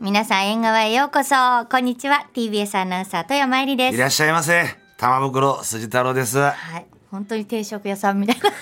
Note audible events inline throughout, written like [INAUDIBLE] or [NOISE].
皆さん縁側へようこそこんにちは TBS アナウンサー富山えりでいすらっしゃいませ。玉袋筋太郎です。はい本当に定食屋さんみ [LAUGHS] たいな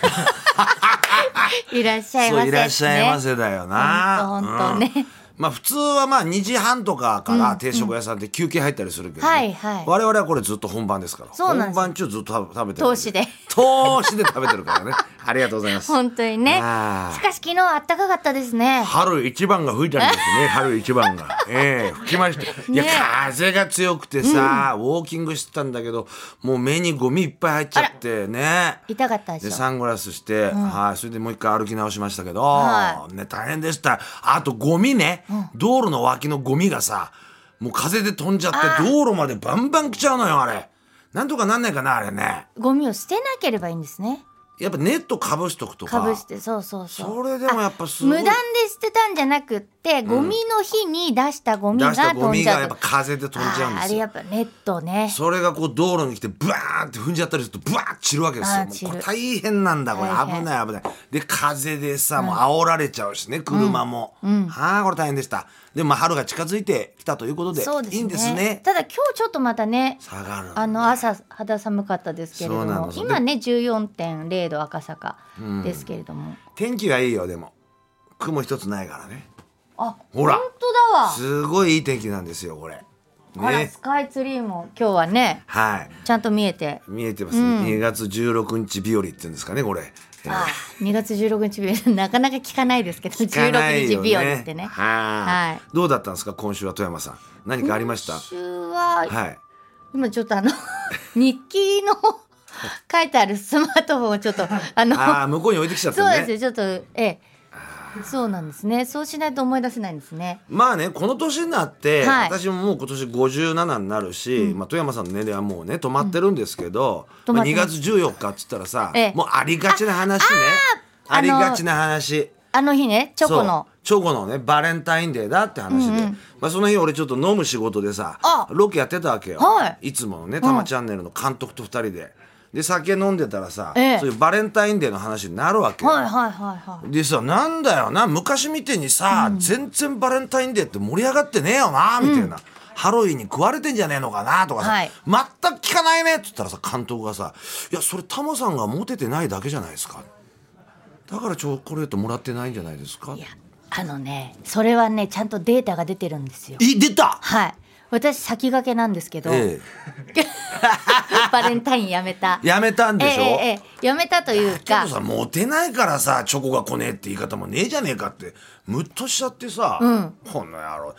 いらっしゃいまそせういらっしゃいまねせだよな。ほんとほんとねうんまあ普通はまあ2時半とかから定食屋さんって休憩入ったりするけどね、はいはい我々はこれずっと本番ですからそうなんです本番中ずっと食べ食べてる投資で投資で食べてるから [LAUGHS] ねありがとうございます本当にねしあーかし昨日あったかかったですね春一番が吹いたんで [LAUGHS] すね春一番が、ええ吹きましたいや、ね風が強くてさ、ウォーキングしてたんだけどもう目にゴミいっぱい入っちゃってね痛かったでしでょサングラスして、はいそれでもう一回歩き直しましたけど、はね、大変でしたあとゴミね、道路の脇のゴミがさもう風で飛んじゃって道路までバンバン来ちゃうのよあれなんとかなんないかなあれねゴミを捨てなければいいんですねやっぱネットかぶしとくとかかぶしてそうそうそうそれでもやっぱす無ごい断で捨てたんじゃなくってゴミの日に出したゴミ出がしたゴ飛んミじゃがうやっぱ風で飛んじゃうんあーであすれやよっぱネットねそれがこう道路に来てブワーンって踏んじゃったりするとブワーッ散るわけですよあーもう散こるれ大変なんだこれ大変危ない危ないで風でさもう煽られちゃうしね車も、はあこれ大変でしたでもまあ春が近づいてきたということでそうですねいいんですねただ今日ちょっとまたね下がるあの朝肌寒かったですけれどそうなのもそう今ね14.0度赤坂ですけれども、天気がいいよでも雲一つないからねあほら本当だわ、すごいいい天気なんですよこれあらねスカイツリーも今日はねはいちゃんと見えて見えてます、ね2月16日日和って言うんですかねこれ、えーあ2月16日日和 [LAUGHS] なかなか聞かないですけど聞かない16日よ日和ってねはい、はいどうだったんですか今週は富山さん何かありました今週は、はい今ちょっとあの [LAUGHS] 日記の書いてあるスマートフォンを [LAUGHS] ちょっとあのああ向こうに置いてきちゃっそたうねですよちょっとええそうなんですねそうしないと思い出せないんですねまあねこの年になって、はい私ももう今年57になるし、まあ、富山さんの年齢はもうね止まってるんですけど、うんまあ、止2まってま月14日っつったらさ、ええもうありがちな話ねあーあありのがちな話あの日ねチョコのそうチョコのねバレンタインデーだって話で、まあ、その日俺ちょっと飲む仕事でさあロケやってたわけよ、、はいつものね「たまチャンネル」の監督と2人で。で酒飲んでたらさ、ええそういうバレンタインデーの話になるわけよ、はいはいはいはいでさなんだよな昔みてにさ、全然バレンタインデーって盛り上がってねえよなみたいな、ハロウィンに食われてんじゃねえのかなとかさ、はい全く聞かないねっつったらさ監督がさ「いやそれタモさんがモテてないだけじゃないですか」だからチョコレートもらってないんじゃないですかいやあのねそれはねちゃんとデータが出てるんですよい出たはい私先駆けなんですけど、え [LAUGHS] バレンタインやめたえやめたんでしょ、ええええやめたというチョかコさんモテないからさチョコが来ねえって言い方もねえじゃねえかってムッとしちゃってさ、この野郎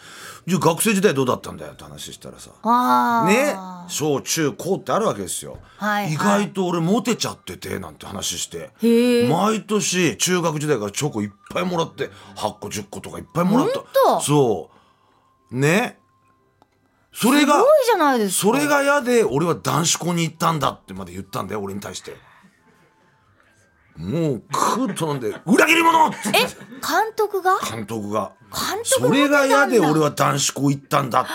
じゃあ学生時代どうだったんだよって話したらさああね小中高ってあるわけですよ、はいはい意外と俺モテちゃっててなんて話してへえ毎年中学時代からチョコいっぱいもらって8個10個とかいっぱいもらったほんとそうねそれすごがいじゃないですかそれが嫌で俺は男子校に行ったんだってまで言ったんだよ俺に対してもうクーッと飲んで「裏切り者!」ってえ監督が監督が監督それが嫌で俺はは男子校行ったんだ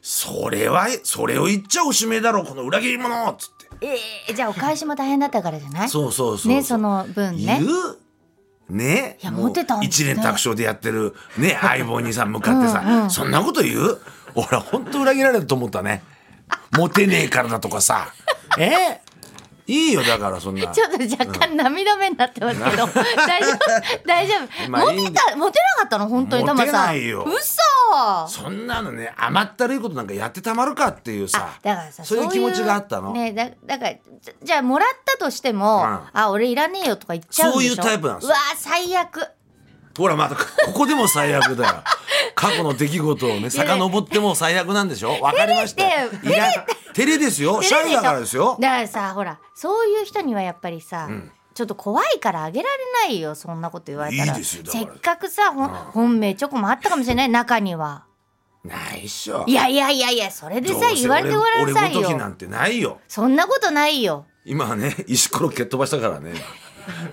それはそれを言っちゃおしめえだろこの裏切り者っつってええじゃあお返しも大変だったからじゃないそうそうそううねその分ね言うねいやもうモテたんです一ね連卓勝でやってる [LAUGHS] ね相棒にさ向かってさそんなこと言う俺は本当裏切られると思ったねモテねえからだとかさ [LAUGHS] えいいよだからそんなちょっと若干涙目になってますけど、 [LAUGHS] 大丈夫大丈 [LAUGHS] 夫、まあモテたモテなかったの本当にタマさんモテないよ嘘そんなのね甘ったるいことなんかやってたまるかっていうさだからさそういう気持ちがあったの、ねだだからじゃじゃあもらったとしても、んあ俺いらねえよとか言っちゃうんでしょそういうタイプなんですうよわー最悪ほらまたここでも最悪 [LAUGHS] だよ。過去の出来事をね遡っても最悪なんでしょ。わかりました。照れていら照れですよ。シャイだからですよ。だからさほらそういう人にはやっぱりさ、ちょっと怖いからあげられないよそんなこと言われたらいいですよだかせらっかくさ、ほん本命チョコもあったかもしれない中にはないっしょ。いやいやいやいやそれでさ言われてごらんなさい俺ごときよなんてないよ。そんなことないよ今はね石ころ蹴っ飛ばしたからね。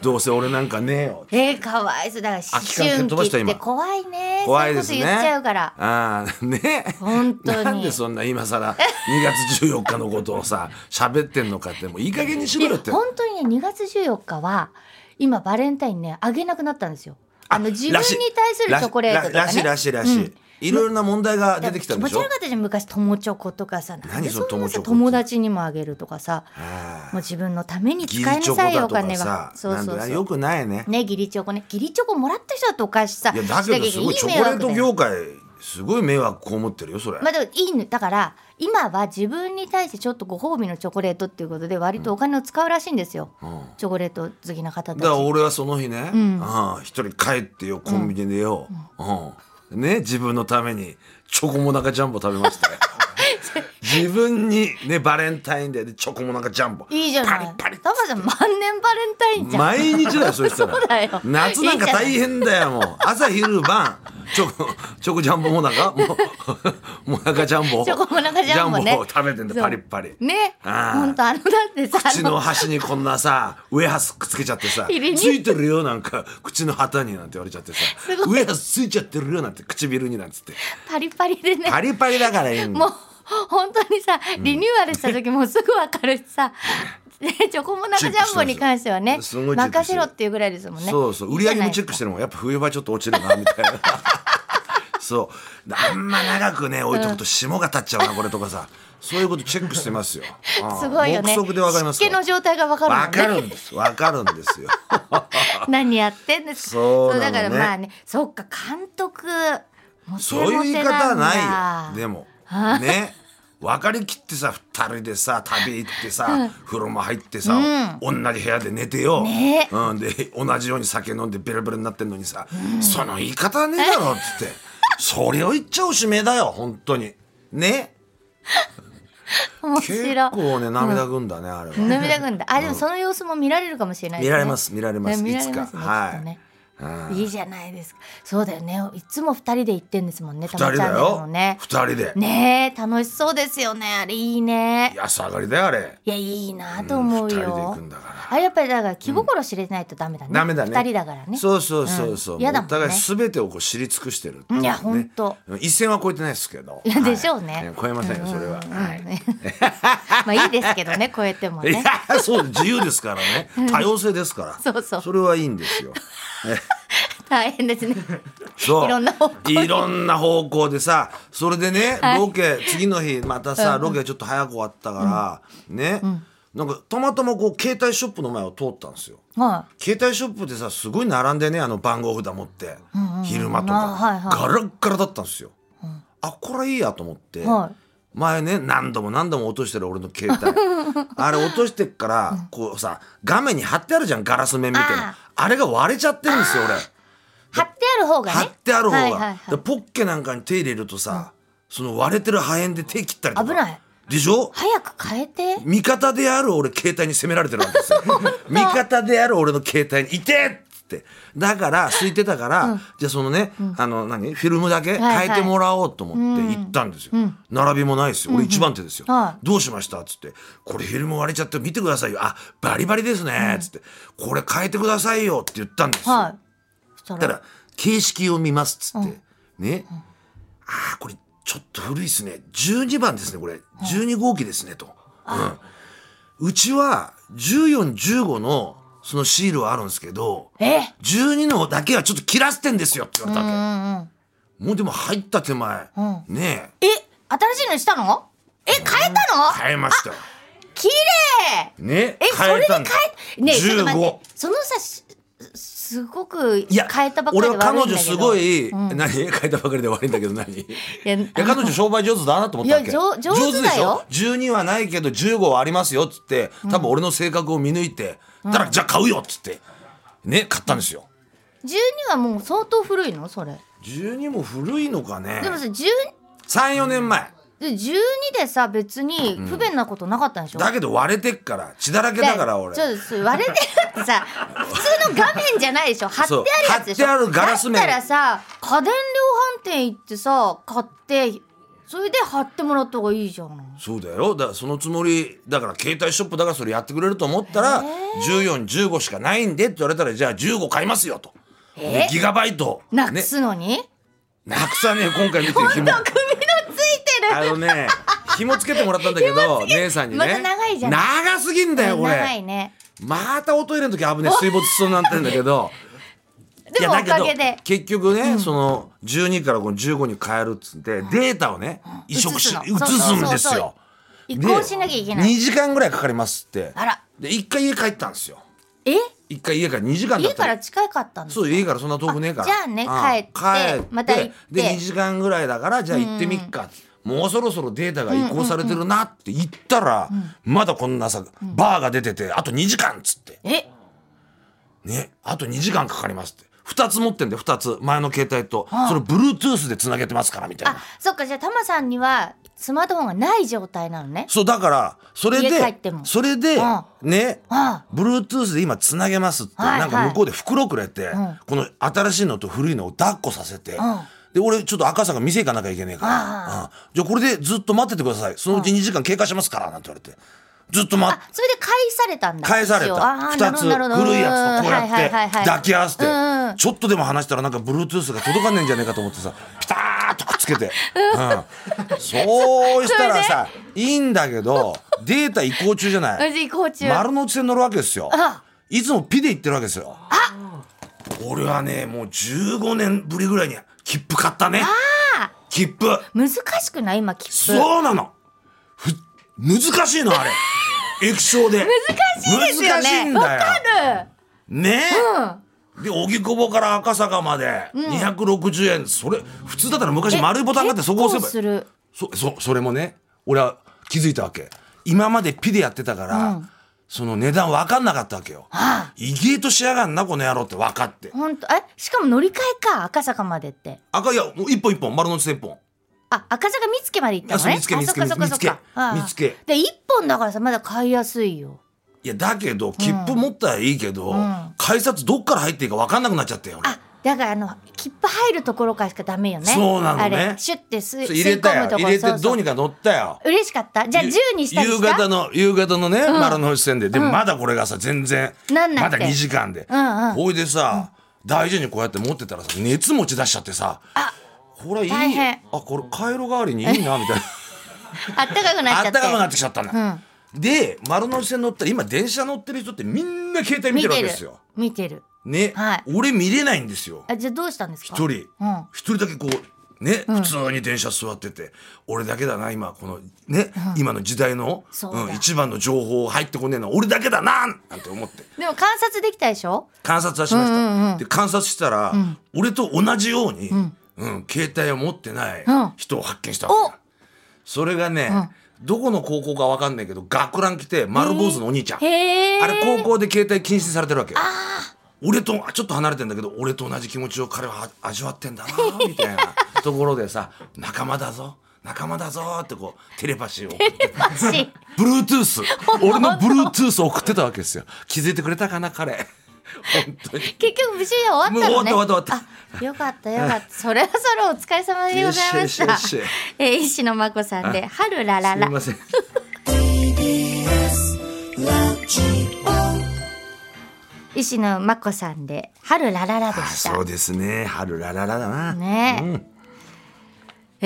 どうせ俺なんかねえよ。えー、かわいそうだから空き缶蹴っ思飛ば春した期っ今て怖いね怖いですそうね。いうこと言っちゃうからああね。本当になんでそんな今更2月14日のことをさ喋ってんのかってもういい加減にしろよって。本当にね2月14日は今バレンタインねあげなくなったんですよあの自分にらしい対するチョコレートとかねらしいらしいらしいらしいうんいろいろな問題が出てきたんでし気持ょち悪かったじゃん昔友チョコとかさなんでそのそん友なさチョコって友達にもあげるとかさあもう自分のために使ギいリなチョコさいよだおとか金はさそうそうなんそてうよくないねねギリチョコねギリチョコもらった人だとお返しさいやだけどすごいチョコレート業界すごい迷惑被ってるよそれ、まあでもいいのだから今は自分に対してちょっとご褒美のチョコレートっていうことで割とお金を使うらしいんですよ、うんチョコレート好きな方ただからち俺はその日ね、んああ一人帰ってよコンビニでよ、うんね自分のためにチョコモナカジャンボ食べ [LAUGHS] ましたよ自分にねバレンタインデーでチョコモナカジャンボいいじゃないパリパタマさん万年バレンタインリじゃん毎日だよそしたら [LAUGHS] そうだよ夏なんか大変だよもう朝昼晩チョコチョコジャンボモナカもう [LAUGHS] モナカジャンボチョコモナカジャンボねを食べてんだそうパリッパリねああ本当あのだってさ口のあ端にこんなさウエハースくっつけちゃってさつ入れにいてるよなんか口の旗になんて言われちゃってさごウエハースついちゃってるよなんて唇になんつってパリパリでねパリパリだからいいんもうだ本当にさリニューアルした時もうすぐ分かるしさ、ね、チョコモナカジャンボに関してはチェッねクしてますよ任せろっていうぐらいですもんねそうそう売り上げもチェックしてるもんやっぱ冬場ちょっと落ちるなみたいな [LAUGHS] そうあんま長くね置いとくと霜が立っちゃうなこれとかさそういうことチェックしてますよああ [LAUGHS] すごいよね目測でわかります湿気の状態が分かるもわんかねるんですわかるんですよ何やってんですかそうなのねだからまあねそっか監督モテそういうモ言いテ方なはんないよ。だでも、ね。分かりきってさ二人でさ旅行ってさ、風呂も入ってさ、同じ部屋で寝てよ、ねうん、で同じように酒飲んでベロベロになってんのにさ、その言い方はねえだろっつって [LAUGHS] それを言っちゃおしめえだよ本当にね面結白い構ね涙ぐんだね、あれは涙ぐんだあでもその様子も見られるかもしれないで見ねられます見られます、ね見いらつれか、ますねきっとはいねいいじゃないですかそうだよねいつも二人で行ってんですもんねた二ま人ちゃだんでよも二ね人で、ねえ楽しそうですよねあれいいね安上がりだよあれいやいいなと思ううん二人で行よくんだからあれやっぱりだから気心知れてないとダメだねダメだね。二人だからねそうそうそうそう。ん嫌だもんねお互いすべてをこう知り尽くしてるってうねいやほんと。一線は越えてないですけど。いやはいでしょうねえ超えませんよそれは。はい [LAUGHS] うんねまあいいですけどね超えてもいねやそう自由ですからね。多様性ですから。そうそうそれはいいんです [LAUGHS] よ。大変ですねそういろんな方向にいろんな方向でさそれでね、はいロケ次の日またさ、ロケちょっと早く終わったから、ね、なんかたまたまこう携帯ショップの前を通ったんですよ。は携帯ショップってさすごい並んでねあの番号札持って、昼間とか、あはいはいガラッガラだったんですよ。あこれいいやと思って、いは前ね何度も何度も落としてる俺の携 [LAUGHS] 帯あれ落としてっからこうさ画面に貼ってあるじゃんガラス面みたいなああれが割れちゃってるんですよ俺い貼ってある方がね貼ってある方が、はいはいはいでポッケなんかに手入れるとさ、その割れてる破片で手切ったりとか危ないでしょ早く変えて味方である俺携帯に責められてるわけです [LAUGHS] よ味方である俺の携帯に「いて!」っつってだから空いてたから、じゃあそのね、あの何フィルムだけはい変えてもらおうと思って行ったんですよ、並びもないですよ俺一番手ですよ、はどうしました?」っつって「これフィルム割れちゃって見てくださいよあバリバリですね」っつって「これ変えてくださいよ」って言ったんですよ、はいそしたたら形式を見ますっつって、ね、ああこれちょっと古いですね12番ですねこれ12号機ですねと、うん、うちは1415のそのシールはあるんですけどえ12のだけはちょっと切らせてんですよって言われたうわんうんけもうでも入った手前、んねええ新しいのにしたのえ変えたの変えましたよ綺麗ねえそ変れえでた変んえだねえちょっと待っ15てそのさしすごくいや変えたばっかりで悪いんだけど俺は彼女すごい、うん何変えたばかりで悪いんだけど何いやいや彼女商売上手だなと思ったわけいや上上手でだしょよ12はないけど15はありますよっつって多分俺の性格を見抜いて、だからじゃあ買うよっつってね買ったんですよ12はもう相当古いのそれ12も古いのかねでもさ10 34年前で12でさ別に不便なことなかったんでしょ、だけど割れてっから血だらけだから俺ちょっとそれ割れてるって [LAUGHS] さ普通の画面じゃないでしょ貼ってあるやつでしょそう貼ってあるガラス面だったらさ家電量販店行ってさ買ってそれで貼ってもらった方がいいじゃんそうだよだからそのつもりだから携帯ショップだからそれやってくれると思ったら1415しかないんでって言われたらじゃあ15買いますよと。でえギガバイトなねくすのに、なくさねえ今回見てる紐首のついてるあのね紐つけてもらったんだけど姉さんにねまた長いじゃん長すぎんだよこ長れいねまたおトイレの時危ねえ水没しそうになってんだけどでもおかげいやだでけど結局ね、その12からこの15に変えるっつって、データをね移植し移移すのすんそうそうでそうすそうよ。移行しなきゃいけない2時間ぐらいかかりますってあらで一回家帰ったんですよえ一回家から2時間だ家ったから近かったんですそう家からそんな遠くねえからあじゃあね帰ってまた行ってで2時間ぐらいだからじゃあ行ってみっか、もうそろそろデータが移行されてるなって言ったら、まだこんなさバーが出ててあと2時間っつってえねあと2時間かかりますって2つ持ってんで2つ前の携帯と、それ Bluetooth でつなげてますからみたいあなそっかじゃあタマさんにはスマートフォンがない状態なのねそうだからそれ家帰ってでもそれでうんねあ Bluetooth で今つなげますって、はいなんか向こうで袋くれて、んこの新しいのと古いのを抱っこさせて、んで俺ちょっと赤さんが店行かなきゃいけねえから、うんじゃあこれでずっと待っててくださいそのうち2時間経過しますからなんて言われてずっと待っあそれで返されたんだ返された一応あー2なるつほどなるほど古いやつとこうやはいはいはいってはい抱き合わせて、うんちょっとでも話したらなんか Bluetooth が届かねえんじゃねえかと思ってさピターッとくっつけて、うん、そうしたらさいいんだけどデータ移行中じゃない。無事移行中丸の内線乗るわけですよあいつもピで行ってるわけですよ俺はねもう15年ぶりぐらいに切符買ったね切符難しくない今切符そうなのふ難しいのあ [LAUGHS] れ液晶で難ですよね難しいんだよわかるねうんで荻窪から赤坂まで260円、それ普通だったら昔丸いボタンがあってそこ押せば結構するそそそれもね俺は気づいたわけ今までピでやってたから、その値段分かんなかったわけよ意外としやがんなこの野郎って分かって本当えしかも乗り換えか赤坂までって赤いやもう一本一本丸の内線一本あ赤坂見附まで行ったのねあそう見附見附あそっかそっかそっかああ見附で一本だからさまだ買いやすいよいやだけど切符持ったらいいけど、改札どっから入っていいか分かんなくなっちゃったよ俺あだからあの切符入るところからしかダメよねそうなのねあれシュッてすそれ入れた吸い込むとよこ入れてそどうそにか乗ったよ嬉しかったじゃあ10にしたり夕した方の夕方のね、丸の内線ででもまだこれがさ全然なんなまくてだ2時間で、うんうんほいでさ、大事にこうやって持ってたらさ熱持ち出しちゃってさこれいい大変あこれカイロ代わりにいいなみたいなあったかく [LAUGHS] なっちあゃっってたかくなってきちゃったな、で丸の内線乗ったら今電車乗ってる人ってみんな携帯見てるわけですよ見てるね、はい俺見れないんですよあじゃあどうしたんですか一人うん一人だけこうね、普通に電車座ってて俺だけだな今このね、今の時代のそうだん一番の情報入ってこねえのは俺だけだななんて思ってでも観察できたでしょ観察はしました、うんうんうんで観察したら、俺と同じように、うん携帯を持ってないうん人を発見したわけだ、それがね、どこの高校か分かんないけど学ラン来て丸坊主のお兄ちゃん、へえあれ高校で携帯禁止されてるわけよ俺とちょっと離れてんだけど俺と同じ気持ちを彼は味わってんだなみたいなところでさ仲間だぞ仲間だぞってこうテレパシーを送って [LAUGHS] マジ Bluetooth 俺の Bluetooth を送ってたわけですよ気づいてくれたかな彼本当に結局無事終わったのねもう終わった終わったあよかったよ [LAUGHS] かったそれはそれお疲れ様でございましたよしよしよしえー、石野真子さんで「春ララすラみ」ません石野真子さんで「春ラララ」であしたそうですね春ラララだな、ねえ、うん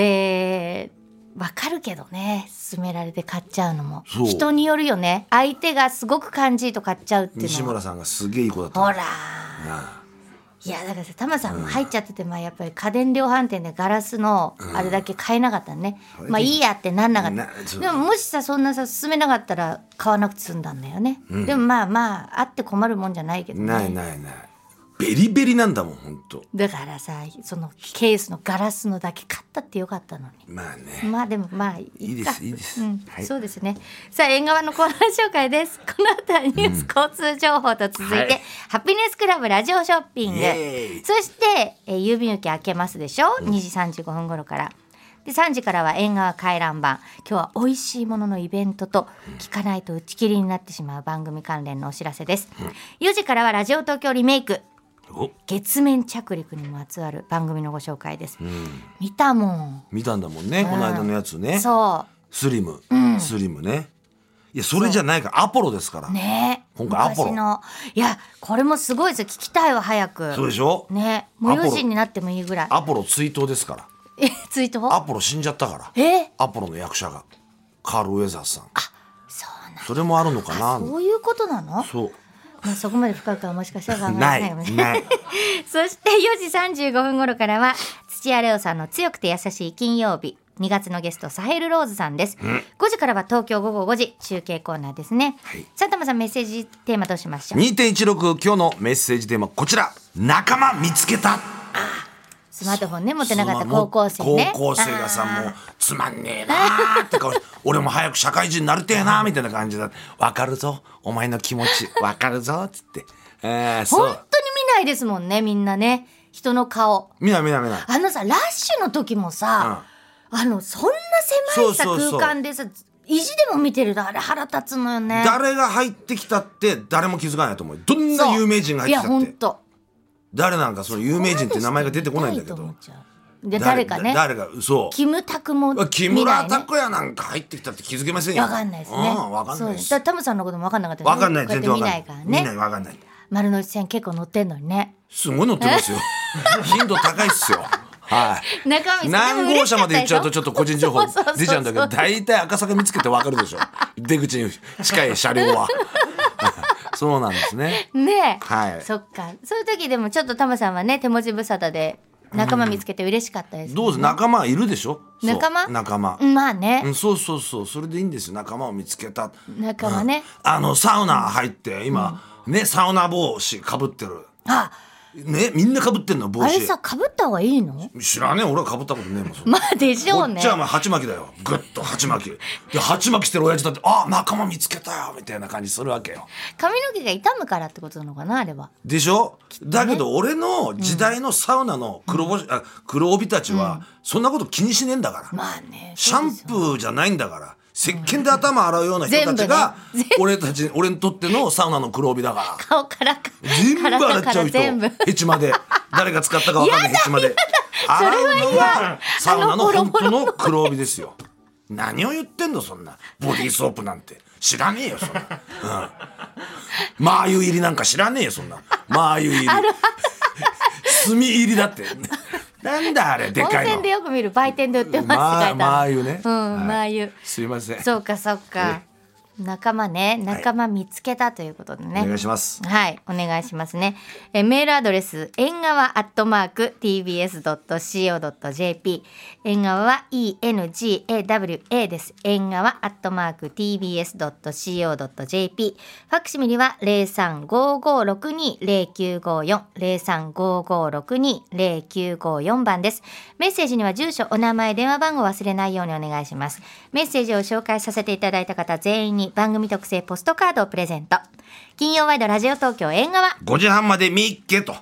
えーわかるけどね勧められて買っちゃうのもそう人によるよね相手がすごく感じいいと買っちゃうっていう西のは村さんがすげえいい子だったほらあいやだからさタマさんも入っちゃってて、まあやっぱり家電量販店でガラスのあれだけ買えなかったね、うんまあいいやってなんなかっなたそうでももしさそんなさ勧めなかったら買わなくて済んだんだよね、でもまあまああって困るもんじゃないけどねないないないベリベリなんだもん本当だからさそのケースのガラスのだけ買ったってよかったのにまあね、まあでもまあいいいいでかすいいです、うんはいそうですね。さあ、縁側のコーナー紹介です。 [LAUGHS] この後はニュース、交通情報と続いて、はいハピネスクラブラジオショッピングイエーイ。そして、えー郵便受け開けますでしょ ?2 時35分頃から。で、3時からは縁側回覧版。今日は美味しいもののイベントと、聞かないと打ち切りになってしまう番組関連のお知らせです。4時からはラジオ東京リメイク。お月面着陸にまつわる番組のご紹介です。見たもん。見たんだもんね、この間のやつねそスリム、スリムねいやそれじゃないからアポロですから、う。ねえ今回アポロ昔のいやこれもすごいですよ聞きたいわ早くそうでしょ、ねもうアポロ4時になってもいいぐらいアポロ追悼ですからえツイートアポロ死んじゃったからえアポロの役者がカール・ウェザースさんそうそれもあるのかななそういうことなのそうまあ、そこまで深くはもしかしたら考えなないかもいしれないそして4時35分頃からは土屋レオさんの強くて優しい金曜日2月のゲストサヘルローズさんです、5時からは東京午後5時中継コーナーですね、はい佐藤さんメッセージテーマどうしましょう2.16今日のメッセージテーマこちら仲間見つけたスマートフォンね持ってなかったもう高校生ね高校生がさあーもうつまんねえなーって顔して俺も早く社会人になりてえなーみたいな感じだわかるぞお前の気持ちわかるぞつってえー、そ本当にう見ないですもんねみんなね人の顔見ない見ない見ないあのさラッシュの時もさ、あのそんな狭いさそうそうそう空間でさ意地でも見てるのあれ腹立つのよね誰が入ってきたって誰も気づかないと思うどんな有名人が入っていやきたっ本て当誰なんかその有名人って名前が出てこないんだけ見たと思どっちゃうで誰かね誰がそうキムタクも見ない、ね、木村拓哉なんか入ってきたって気づけませんよ。わかんないですねうん、わかんそうないでですす。だからタムさんのこともわかんなかったですねわかんない、こうや全って然わ見かんなないい見から。ない、ねわかんない。丸の内線結構乗ってんのにねすごい乗ってます [LAUGHS] よ。頻度高いっすよ。は中い。身何号車まで言っちゃうとちょっと個人情報そうそうそうそう出ちゃうんだけど、大体赤坂見つけてわかるでしょ。出口に近い車両 [LAUGHS] は。そうなんですね。ねえ、はいそっかそういう時でもちょっとタムさんはね手持ち無沙汰で仲間見つけて嬉しかったです、どうぞ仲間いるでしょ。そう仲間仲間。まあね、うん、そうそうそう、それでいいんですよ。仲間を見つけた。仲間ね、あのサウナ入って今、ねサウナ帽子かぶってるあねみんなかぶってんの帽あ子れさかぶった方がいいの知らねえ俺はかぶったことねえもんそんなまあでしょうこねっちはまあ鉢巻きだよぐっと鉢巻き [LAUGHS] で鉢巻きしてる親父だってあ仲間見つけたよみたいな感じするわけよ髪の毛が傷むからってことなのかなあれはでしょだけど俺の時代のサウナの黒星、あ黒帯たちはそんなこと気にしねえんだから、まあねシャンプーじゃないんだから石鹸で頭洗うような人たちが全部ね俺たち俺にとってのサウナの黒帯だから顔からか全部洗っちゃう体全部人ヘチマで誰が使ったかわかんないヘチマで洗うのがサウナの本当の黒帯ですよ何を言ってんのそんなボディーソープなんて知らねえよそんな、うん、マー油入りなんか知らねえよそんなマー油入り炭入りだってなんだあれでか温い泉でのよく見る売店で売ってますってマ書ーいマたー油ね、うん、まあはいいう。すいませんそうか、そうか。仲間ね、仲間見つけたということでね。お願いしますはい、お願いしますね。えメールアドレス、縁側アットマーク tbs ドット co ドット jp。縁側は e n g a w a です。縁側アットマーク tbs ドット co ドット jp。ファクシミリは零三五五六二零九五四零三五五六二零九五四番です。メッセージには住所、お名前、電話番号を忘れないようにお願いします。メッセージを紹介させていただいた方全員に番組特製ポストカードをプレゼント。金曜ワイドラジオ東京縁側5時半までみっけと、